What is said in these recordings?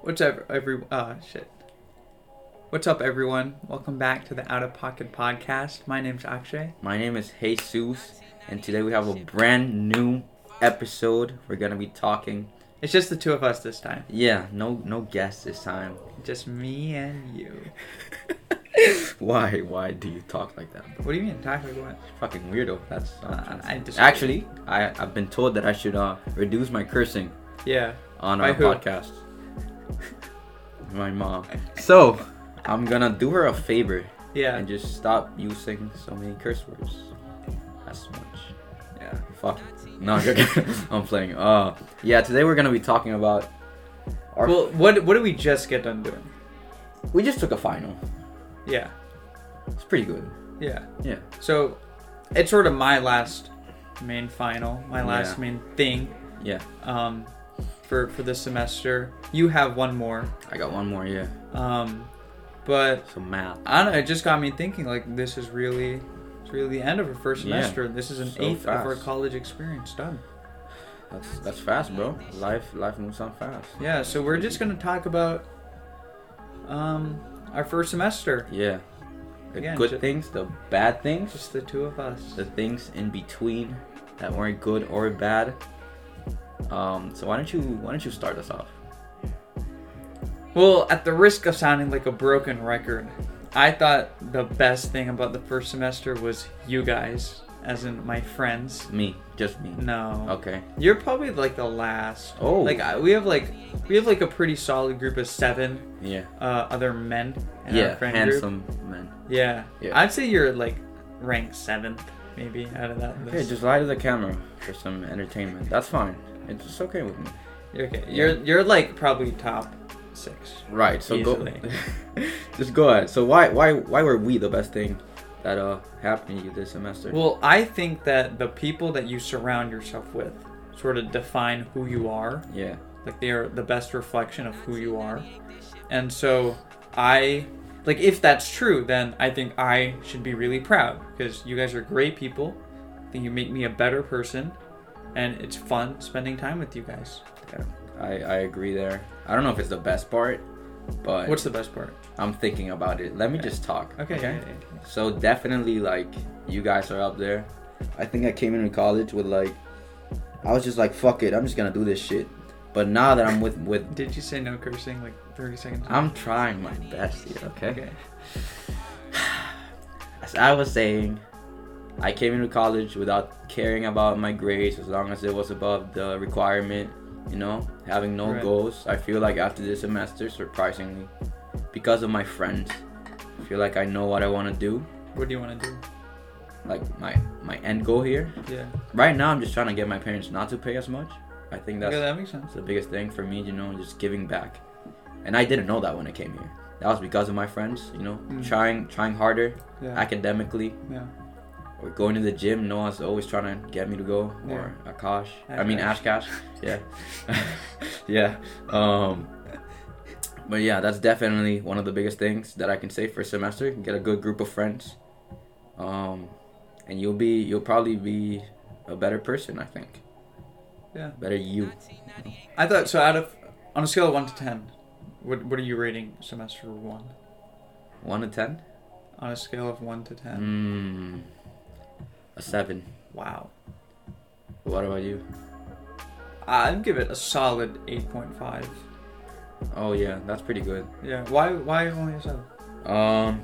What's up, every? Uh, shit. What's up, everyone? Welcome back to the Out of Pocket Podcast. My name's Akshay. My name is Jesus, and today we have a brand new episode. We're gonna be talking. It's just the two of us this time. Yeah, no, no guests this time. Just me and you. Why, why do you talk like that? What do you mean? Talk like what? Fucking weirdo. That's. what I'm Uh, trying to I say. disagree. Actually, I I've been told that I should uh reduce my cursing Yeah. on By our who? podcast. my mom. So I'm gonna do her a favor Yeah. and just stop using so many curse words. That's much. Yeah. Fuck. No, I'm joking. I'm playing. Uh, yeah. Today we're gonna be talking about. Our, Well, what what did we just get done doing? we just took a final. Yeah. It's pretty good. Yeah. Yeah. So, it's sort of my last main final, my last Yeah. main thing, Yeah. um, for for this semester. You have one more, I got one more. Yeah. um, but Some math. I don't know. It just got me thinking. Like this is really, it's really the end of our first Yeah. semester. This is an So eighth of our fast. college experience done. That's that's fast, bro. Life life moves on fast. Yeah. So we're just gonna talk about, um, our first semester. Yeah. The Again, good ju- things, the bad things, Just the two of us. the things in between that weren't good or bad. Um. So why don't you why don't you start us off? Well, at the risk of sounding like a broken record, I thought the best thing about the first semester was you guys, as in my friends. Me, just me. No. Okay. You're probably like the last. Oh. Like I, we have like we have like a pretty solid group of seven Yeah. uh, other men in yeah. our friend group. Handsome man. Yeah. Yeah. I'd say you're like ranked seventh, maybe out of that Okay, list. just lie to the camera for some entertainment. That's fine. It's it's okay with me. You're okay. You're you're like probably top six. Right. So Easily. go. just go ahead. So why why why were we the best thing that uh happened to you this semester? Well, I think that the people that you surround yourself with sort of define who you are. yeah. Like they are the best reflection of who you are. And so I like if that's true, then I think I should be really proud because you guys are great people. I think you make me a better person and it's fun spending time with you guys. yeah. I I agree there. I don't know if it's the best part, but What's the best part? I'm thinking about it. Let me just talk. Okay. So definitely like you guys are up there. I think I came into college with like I was just like fuck it, I'm just gonna do this shit. But now that I'm with with Did you say no cursing like 30 seconds? I'm trying my best here, okay? okay. As I was saying, I came into college without caring about my grades as long as it was above the requirement, you know, having no Right. goals. I feel like after this semester, surprisingly, because of my friends, I feel like I know what I want to do, What do you want to do? like my my end goal here. Yeah. Right now, I'm just trying to get my parents not to pay as much. I think that's okay, that makes sense. It's the biggest thing for me, you know, just giving back. And I didn't know that when I came here. That was because of my friends, you know, Mm. trying trying harder Yeah. academically yeah. or going to the gym. Noah's always trying to get me to go Yeah. or Akash. I mean Akash. Ashkash. Yeah. yeah. Um but yeah, that's definitely one of the biggest things that I can say for a semester. Get a good group of friends. Um and you'll be you'll probably be a better person, I think. Yeah. Better you. I thought so. Out of on a scale of one to ten, what what are you rating semester one? One to ten? On a scale of one to ten. Mm, a seven. Wow. What about you? I'd give it a solid eight point five. Oh yeah, that's pretty good. Yeah. Why why only a seven? Um,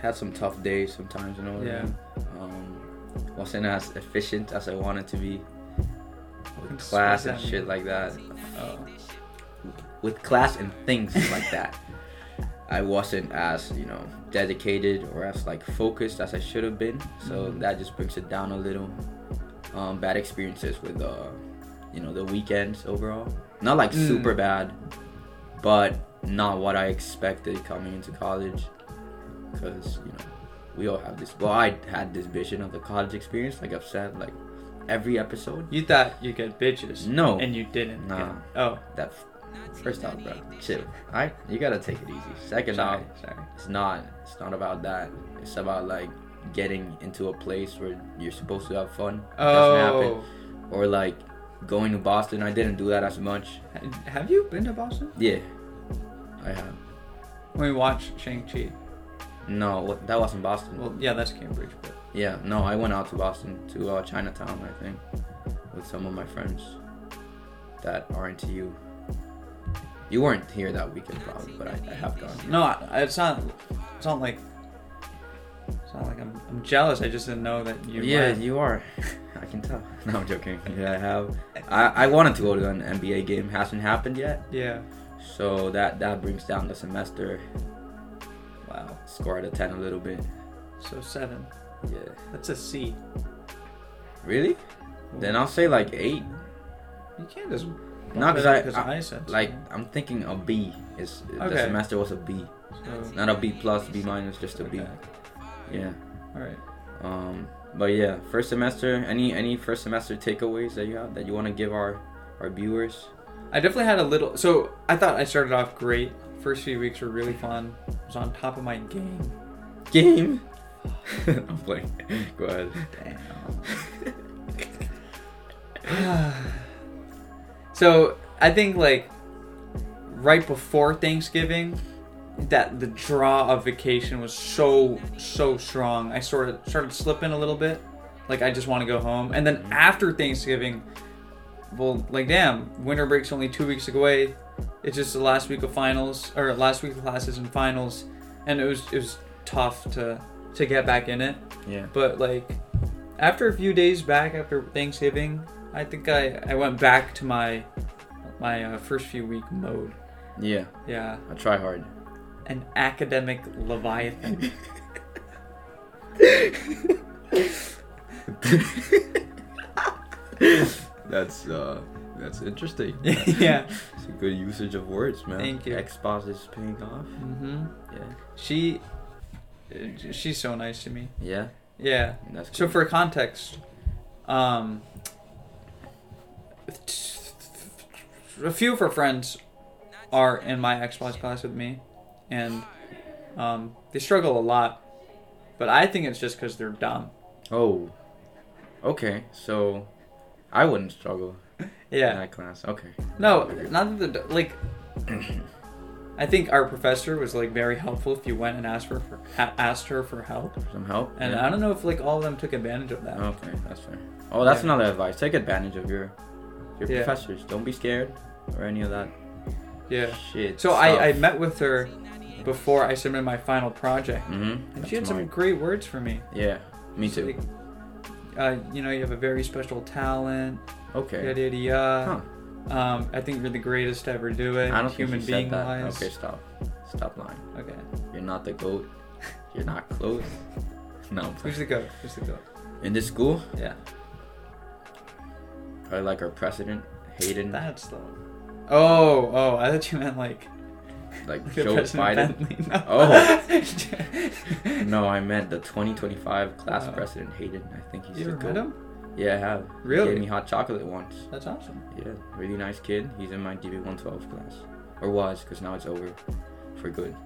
had some tough days sometimes, you know. what I Yeah. mean? Um, wasn't as efficient as I wanted to be with class and shit like that. Uh, Oh. With class and things like that, I wasn't as you know dedicated or as like focused as I should have been. So Mhm. that just brings it down a little. Um, bad experiences with uh, you know, the weekends overall. Not like Mm. super bad, but not what I expected coming into college. Because, you know, we all have this. Well, I had this vision of the college experience, like I've said, like every episode. You thought you get bitches. No. And you didn't. Nah. get- Oh. That first off, bro, chill. Alright, you gotta take it easy. Second off, Sorry. Sorry. it's not. It's not about that. It's about like getting into a place where you're supposed to have fun. It doesn't happen. Oh. or like going to Boston. I didn't do that as much. Ha- Oh. Have you been to Boston? Yeah, I have. When we watched Shang Chi. No, what- that wasn't Boston. Well, yeah, that's Cambridge, but Yeah, no, I went out to Boston to uh, Chinatown, I think, with some of my friends that aren't you. You weren't here that weekend, probably, but I, I have gone. no, I- it's not. It's not like. It's not like I'm, I'm jealous. I just didn't know that you. yeah, went. you are. I can tell. No, I'm joking. Yeah, I have. I, I wanted to go to an NBA game. Hasn't happened yet, Yeah. so that that brings down the semester Wow. score to ten a little bit. So seven. Yeah. That's a C. Really? Then I'll say like eight. You can't just. No, 'cause I- because I- I said Like I'm thinking a B is the Okay. semester was a B, so. So, not a B plus, B minus, just a B. okay. Yeah. All right. Um. But yeah, first semester. Any any first semester takeaways that you have that you want to give our our viewers? I definitely had a little. So I thought I started off great. First few weeks were really fun. I was on top of my game. Game. I'm playing. Go ahead. so I think like right before Thanksgiving, that the draw of vacation was so so strong. I sort of started slipping a little bit, like I just want to go home. And then after Thanksgiving, well, like damn, winter break's only two weeks away. It's just the last week of finals or last week of classes and finals, and it was it was tough to to get back in it. Yeah. But like after a few days back after Thanksgiving, I think I, I went back to my my uh, first few week mode. Yeah. Yeah, I try hard. an academic leviathan. That's uh. That's interesting. yeah. It's a good usage of words, man. Thank you. Xbox is paying off. hmm Yeah. She uh, she's so nice to me. Yeah. Yeah. That's So good. for context, um, a few of her friends are in my Xbox class with me, and um, they struggle a lot. But I think it's just because they're dumb. Oh. Okay. So, I wouldn't struggle in Yeah. that class. Okay. No, not that they're d- like. I think our professor was like very helpful if you went and asked for, for a- asked her for help, Some help. and Yeah. I don't know if like all of them took advantage of that. Okay, that's fair. Oh, that's Yeah. another advice. Take advantage of your your Yeah. professors. Don't be scared or any of that Yeah. shit. So I, I met with her before I submitted my final project. Mm-hmm. And she had some great words for me. Yeah. Me She's too. like, uh, you know, you have a very special talent. Okay. Yada yada Huh. yada. Um, I think you're the greatest to ever do it. I don't human think she being said that. wise. Okay, stop. Stop lying. Okay. You're not the goat. You're not close. No. I'm Who's playing. the goat? Who's the goat? In this school, Yeah. probably like our president, Hayden, That's the. Oh oh, I thought you meant like like the Joe Biden. President Bentley. No. Oh. no. No, I meant the 2025 class Oh. president, Hayden. I think he's You the ever goat. met him? Yeah, I have. He Really? gave me hot chocolate once. That's awesome. Yeah, really nice kid. He's in my DB112 class. Or was, because now it's over for good.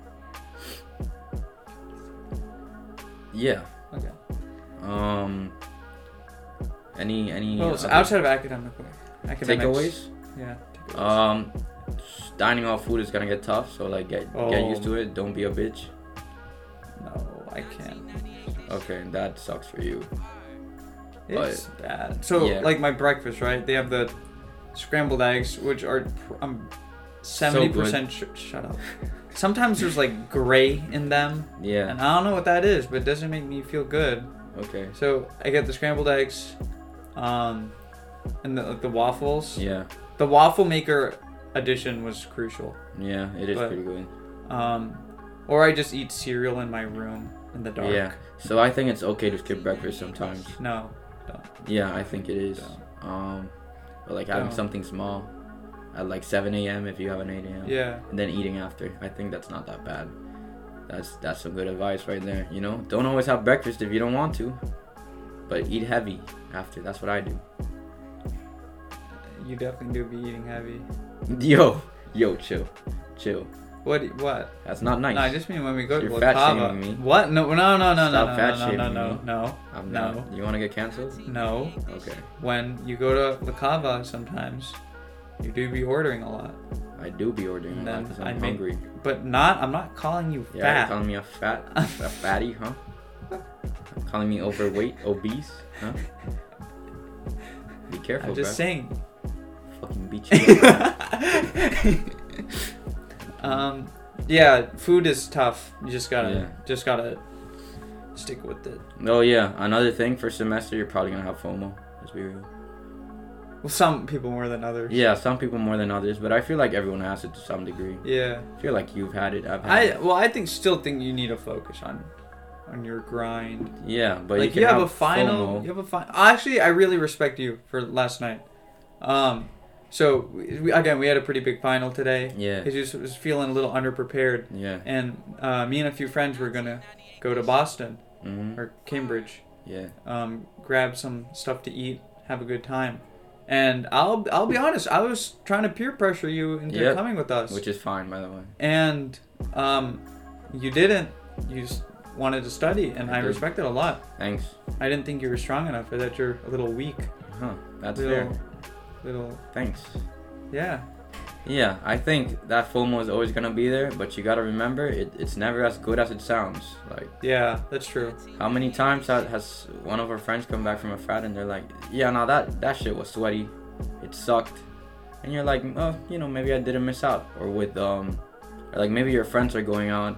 Yeah. Okay. Um. Any any Well, Oh, so other outside of academic work, academics. takeaways? Yeah. takeaways. Um, s- dining off food is gonna get tough, so like get get Oh. used to it. Don't be a bitch. no, I can't. Okay, that sucks for you. It's bad. So Yeah. like my breakfast, right? They have the scrambled eggs, which are pr- I'm seventy percent sh- shut up. Sometimes there's like gray in them, Yeah. and I don't know what that is, but it doesn't make me feel good. Okay. So I get the scrambled eggs, um, and the, like the waffles. Yeah. The waffle maker addition was crucial. Yeah. It is But- pretty good. Um, or I just eat cereal in my room in the dark. Yeah. So I think it's okay to skip breakfast sometimes. No. Yeah, I think it is. Dumb. Um, but like having Dumb. something small at like 7 a.m. if you have an 8 a.m. Yeah. And then eating after. I think that's not that bad. That's that's some good advice right there. You know, don't always have breakfast if you don't want to, but eat heavy after. That's what I do. You definitely do be eating heavy. Yo, yo, chill, chill. What? What? That's not nice. No, I just mean when we go to You're Lakava. fat-shaming me. What? No, no, no, no, Stop no, no, no, fat-shaming no, no, me. no, I'm no, not. You want to get canceled? no. Okay. When you go to Lakava, sometimes you do be ordering a lot, I do be ordering a And lot then because I I'm make- hungry. but not. I'm not calling you Yeah, you're fat. calling me a fat, a fatty, huh? calling me overweight, obese, huh? Be careful, I'm just bro. saying. Fucking beat you. up. um, yeah, food is tough. You just gotta, Yeah. just gotta stick with it. oh yeah, another thing for semester, you're probably gonna have FOMO. Let's be real. Well, some people more than others. Yeah, some people more than others, but I feel like everyone has it to some degree. Yeah. I feel like you've had it. I've had I it. well, I think still think you need to focus on, on your grind. Yeah, but like you, you, can have, a final. FOMO. You have a final. Actually, I really respect you for last night. Um, so we, we- again, we had a pretty big final today. Yeah. I just was feeling a little underprepared, Yeah. and uh, me and a few friends were gonna go to Boston hmm or Cambridge, Yeah. um, grab some stuff to eat, have a good time. And I'll I'll be honest, I was trying to peer pressure you into Yep. coming with us, Which is fine, by the way. and um, you didn't. You s wanted to study, and I I did. respect it a lot. Thanks. I didn't think you were strong enough, or that you're a little weak. Huh. That's little, fair. little, Thanks. yeah. Yeah, I think that FOMO is always gonna be there, but you gotta remember, it, it's never as good as it sounds. Like, Yeah, that's true. how many times ha- has one of our friends come back from a frat and they're like, "Yeah, no, that that shit was sweaty, it sucked," and you're like, "Oh, you know, maybe I didn't miss out." Or with um, or like maybe your friends are going out,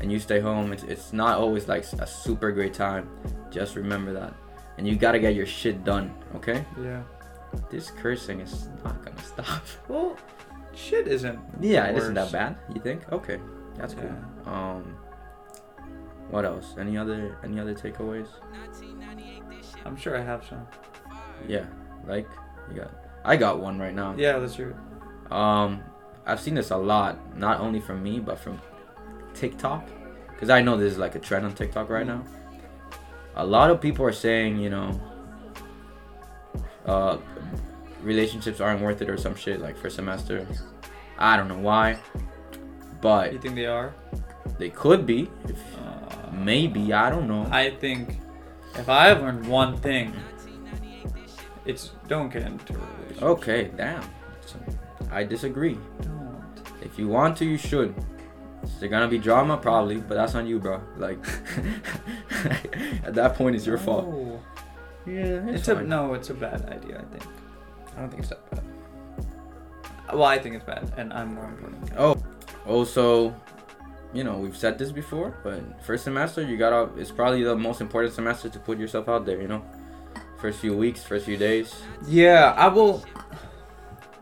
and you stay home. It's it's not always like a super great time. Just remember that, and you gotta get your shit done. Okay, Yeah. this cursing is not gonna stop. Well, shit isn't. Yeah, it isn't worse. that bad. You think? Okay, that's cool. Um, what else? Any other any other takeaways? I'm sure I have some. Yeah, like you got. I got one right now. Yeah, that's true. Um, I've seen this a lot, not only from me but from TikTok, because I know this is like a trend on TikTok right now. A lot of people are saying, you know, uh, relationships aren't worth it or some shit like for semester. I don't know why, but You think they are? They could be. If, Uh, maybe. I don't know. I think if I've learned one thing, it's don't get into relationships. okay, damn. So, I disagree. Don't. If you want to, you should. There's gonna be drama probably, but that's on you, bro. Like, at that point, it's your fault. No. Yeah, It's a no. It's a bad idea. I think. I don't think it's that bad. Well, I think it's bad, and I'm more important. Oh, also, you know, we've said this before, but first semester, you gotta. It's probably the most important semester to put yourself out there. You know, first few weeks, first few days. Yeah, I will.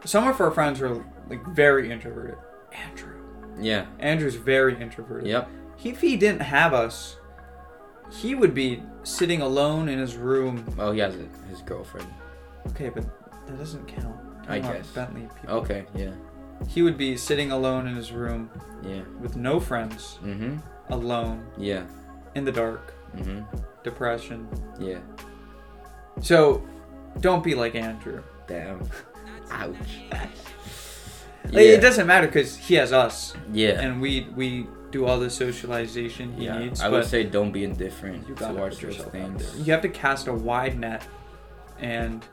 Some of our friends are like very introverted. Andrew. Yeah. Andrew's very introverted. Yep. He, if he didn't have us, he would be sitting alone in his room. Oh, he has it. His girlfriend. Okay, but that doesn't count. I Come on, guess. Oh. Bentley people. Okay. Yeah. He would be sitting alone in his room Yeah. with no friends, Mm-hmm. alone, Yeah. in the dark, Mm-hmm. depression. Yeah. So, don't be like Andrew. Damn. Ouch. Like, It doesn't matter because he has us, yeah. and we we do all the socialization he yeah. needs. I but would say don't be indifferent You gotta towards put those yourself out things. You have to cast a wide net, and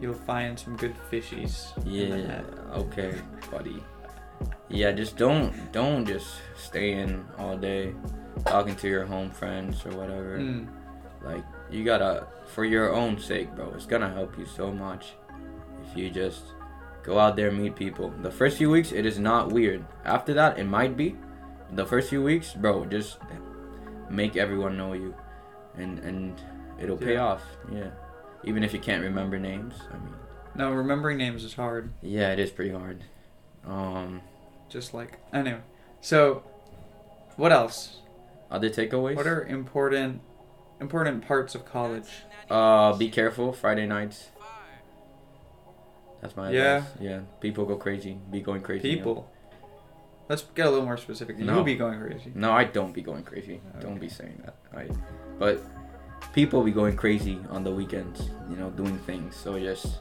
you'll find some good fishies. in the Yeah. net. Okay, buddy. Yeah, just don't don't just stay in all day talking to your home friends or whatever. Mm. Like you gotta for your own sake, bro. It's gonna help you so much if you just go out there and meet people. The first few weeks, it is not weird. After that, it might be. The first few weeks, bro, just make everyone know you, and and it'll pay Yeah. off. Yeah, even if you can't remember names. I mean, No, remembering names is hard. yeah, it is pretty hard. Um, Just like anyway. So, what else? other takeaways. What are important important parts of college? Uh, be careful Friday nights. That's my Yeah. advice. Yeah, people go crazy. Be going crazy. you know? People. Let's get a little more specific. No. You'll be going crazy. No, I don't be going crazy. Don't be saying that. I, but people be going crazy on the weekends, you know, doing things. So just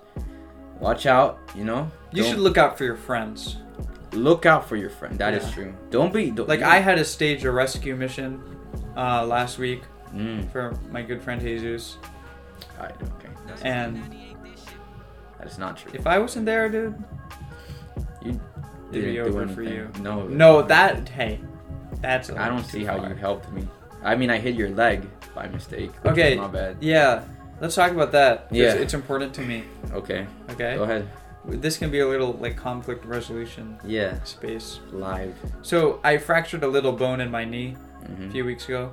watch out, you know. You should Don't- look out for your friends. look out for your friend. That is Yeah. true. Don't be don't, Like I had to stage a rescue mission uh, last week Mm. for my good friend Jesus, I- okay, and that is not true. if I wasn't there, dude, you It'd be over for anything. No, no, that hey, that's. a I don't little see too how far. you helped me. I mean, I hit your leg by mistake. which Okay. was my bad. Yeah, let's talk about that. 'cause Yeah. it's important to me. Okay, Okay, go ahead. this can be a little like conflict resolution Yeah, space. live. So I fractured a little bone in my knee a Mhm. few weeks ago.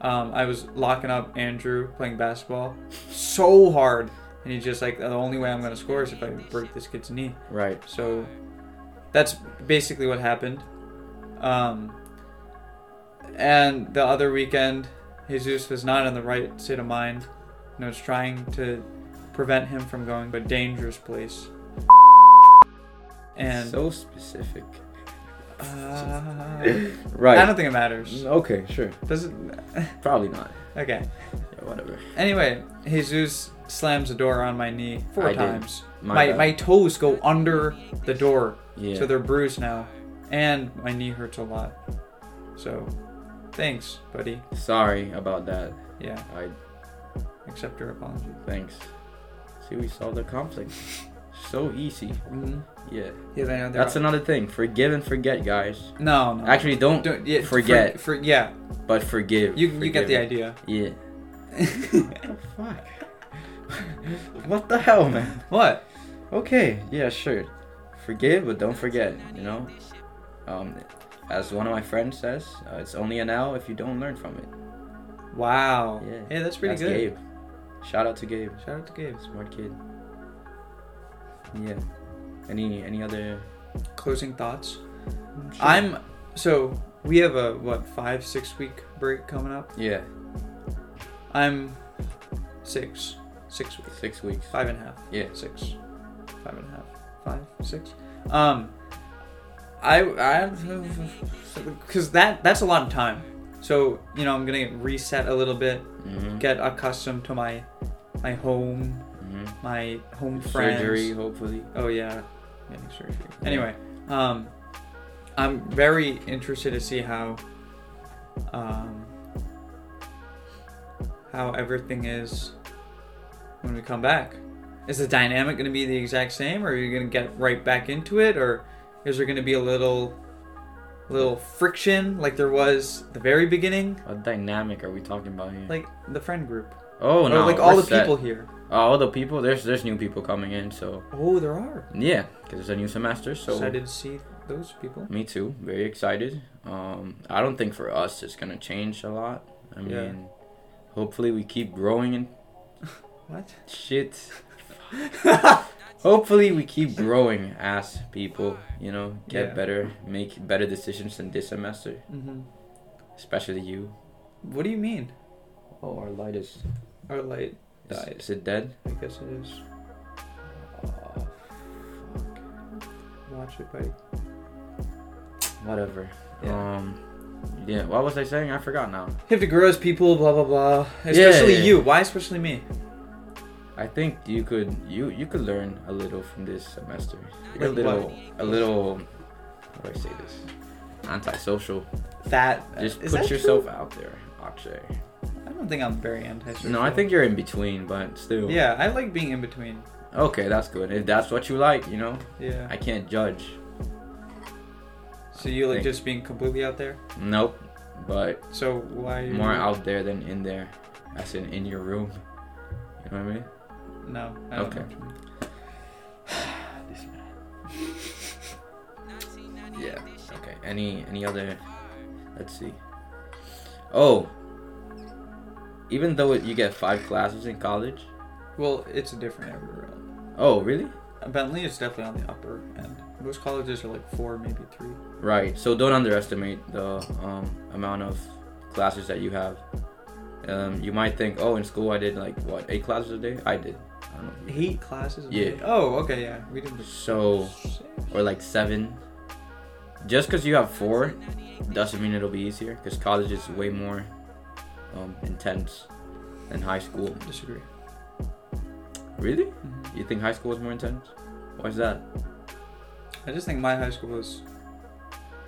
Um, I was locking up Andrew playing basketball so hard, and he's just like, the only way I'm gonna score is if I break this kid's knee. Right. So that's basically what happened. Um, and the other weekend, Jesus was not in the right state of mind, and I was trying to prevent him from going to a dangerous place. And so specific. uh, Right. I don't think it matters. okay, sure. Does it? Probably not. Okay. Yeah, whatever. Anyway, Jesus slams the door on my knee four I did. times. My My, bad. my toes go under the door, Yeah. so they're bruised now, and my knee hurts a lot. So, thanks, buddy. Sorry about that. Yeah, I accept your apology. thanks. See, we solved the conflict. So easy. Mm-hmm. Yeah. Yeah, they, That's another thing. Forgive and forget, guys. no, no. Actually, don't, Don't- yeah, forget, For, for- yeah, but forgive. you you get the idea. Forgive. Yeah. Fuck. what the hell, man? what? Okay, yeah, sure. Forgive, but don't forget, you know? Um, as one of my friends says, uh, it's only an L if you don't learn from it. Wow. Yeah. Hey, that's pretty That's good. Gabe. Shout out to Gabe. Shout out to Gabe. Smart kid. Yeah. Any any other? Closing thoughts. I'm so we have a what five six week break coming up. Yeah. I'm six. Six weeks. Six weeks. Five and a half. Yeah. Six. Five and a half. Five. Six. Um I I because that that's a lot of time. So, you know, I'm gonna reset a little bit, Mm-hmm. get accustomed to my my home, my home friends. Mm-hmm. Surgery, hopefully. Oh yeah. Getting surgery. Anyway, um I'm very interested to see how um how everything is when we come back. Is the dynamic going to be the exact same, or are you going to get right back into it, or is there going to be a little, little friction like there was the very beginning, What dynamic are we talking about here? like the friend group, oh or no! like all we're the set. people here? Uh, all the people. There's there's new people coming in, so Oh, there are. yeah, because it's a new semester. So Excited to see those people. me too. Very excited. Um, I don't think for us it's gonna change a lot. I mean, Yeah. hopefully we keep growing and What? shit. Hopefully we keep growing as people, you know, get Yeah. better, make better decisions than this semester, hmm especially you. What do you mean? Oh, our light is Our light is, died. is it dead? I guess it is. Oh, fuck. Watch it, buddy. Whatever. Yeah. Um yeah, what was I saying? I forgot now. You have to grow as people, blah blah blah. Especially yeah. you. Why especially me? I think you could you you could learn a little from this semester. Like a little a little how do I say this? Antisocial. That Just Uh, is put that yourself out there, Akshay. true? I don't think I'm very anti. No, I think you're in between, but still. Yeah, I like being in between. Okay, that's good. If that's what you like, you know, Yeah. I can't judge. so you like think- just being completely out there. Nope. But So why are more you- out there than in there, as in in your room. You know what I mean? No. I don't Okay. know what you mean. Yeah. Okay. Any any other? Let's see. Oh. Even though you get five classes in college. Well, it's different everywhere. else. Oh, really? Bentley is definitely on the upper end. Most colleges are like four, maybe three. Right. So don't underestimate the um, amount of classes that you have. Um, you might think, oh, in school I did like what eight classes a day. I did. I don't know. if you did. Eight classes. a Yeah. day? Oh, okay, yeah. We didn't. So or like seven. Just because you have four doesn't mean it'll be easier. Because college is way more um, intense than high school. disagree. Really? Mhm. Mm-hmm. You think high school is more intense? Why is that? I just think my high school was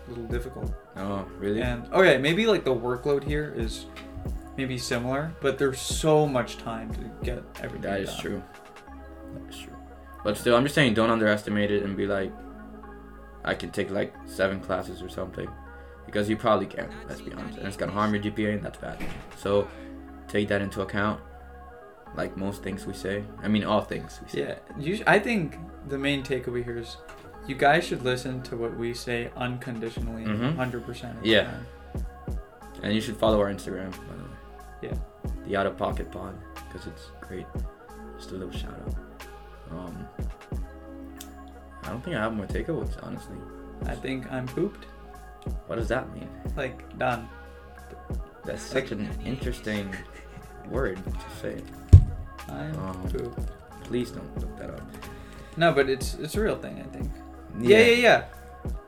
a little difficult. Oh, really? And okay, maybe like the workload here is maybe similar, but there's so much time to get everything That is done. true. That is true. But still, I'm just saying, don't underestimate it and be like, I can take like seven classes or something, because you probably can. Let's be honest, and it's gonna harm your GPA, and that's bad. So, take that into account. Like most things we say, I mean all things we say. Yeah, you. Sh- I think the main takeaway here is, you guys should listen to what we say unconditionally, Mhm. 100. percent Yeah. And you should follow our Instagram, by the way. Yeah. The Out of Pocket Pod, because it's great. Just a little shout out. Um, I don't think I have more takeaways, honestly. I think I'm pooped. What does that mean? Like done. That's such an interesting word to say. I'm Um, pooped. Please don't look that up. No, but it's it's a real thing. I think. Yeah, yeah, yeah.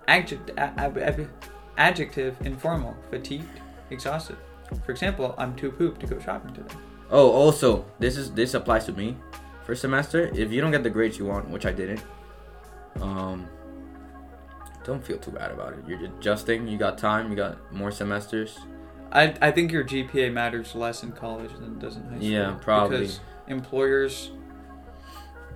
Adjective, adjective informal, fatigued, exhausted. For example, I'm too pooped to go shopping today. Oh, also, this is this applies to me. First semester, if you don't get the grades you want, which I didn't, um, don't feel too bad about it. You're adjusting. You got time. You got more semesters. I, I think your GPA matters less in college than it does in high school. Yeah, probably. Because employers.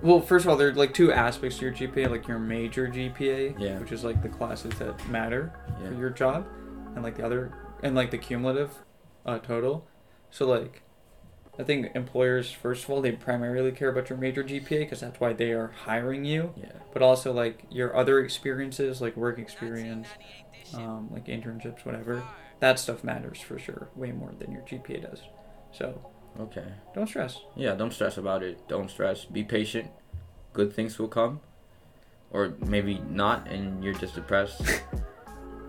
Well, first of all, there are like two aspects to your GPA, like your major GPA, Yeah. which is like the classes that matter for Yeah. your job, and like the other, and like the cumulative uh, total. So like, I think employers first of all they primarily care about your major GPA because that's why they are hiring you, Yeah. but also like your other experiences, like work experience, um, like internships, whatever. That stuff matters for sure, way more than your GPA does. So Okay. don't stress. Yeah, don't stress about it. Don't stress. Be patient. Good things will come. Or maybe not, and you're just depressed.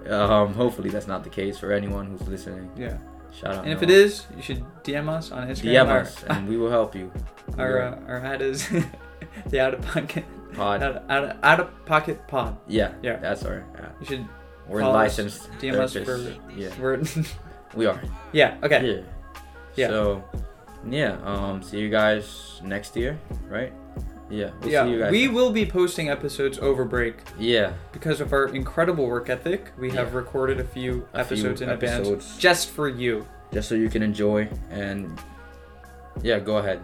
um, hopefully, that's not the case for anyone who's listening. Yeah. Shout out. And if it Noah. is, you should DM us on Instagram. DM Our- us, and we will help you. We Our will. uh, our hat is the out of pocket out pod. of, out, of, out of pocket pod. Yeah, Yeah. that's our. app. You should. We're Follow us, licensed DM us therapists. Yeah, We're we are. yeah. Okay. Yeah. Yeah. So, yeah. Um, see you guys next year, right? Yeah. We'll yeah. see you guys. we will be posting episodes over break Yeah. because of our incredible work ethic. We have Yeah. recorded a few A few episodes in advance episodes. just for you. just so you can enjoy and yeah go ahead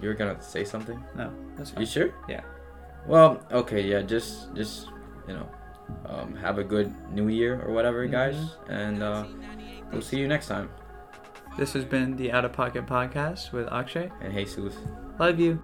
you were gonna say something No, that's you fine. sure Yeah. well okay yeah just just you know um, have a good new year or whatever guys and uh, we'll see you next time This has been the Out of Pocket Podcast with Akshay. and hey jesus Love you.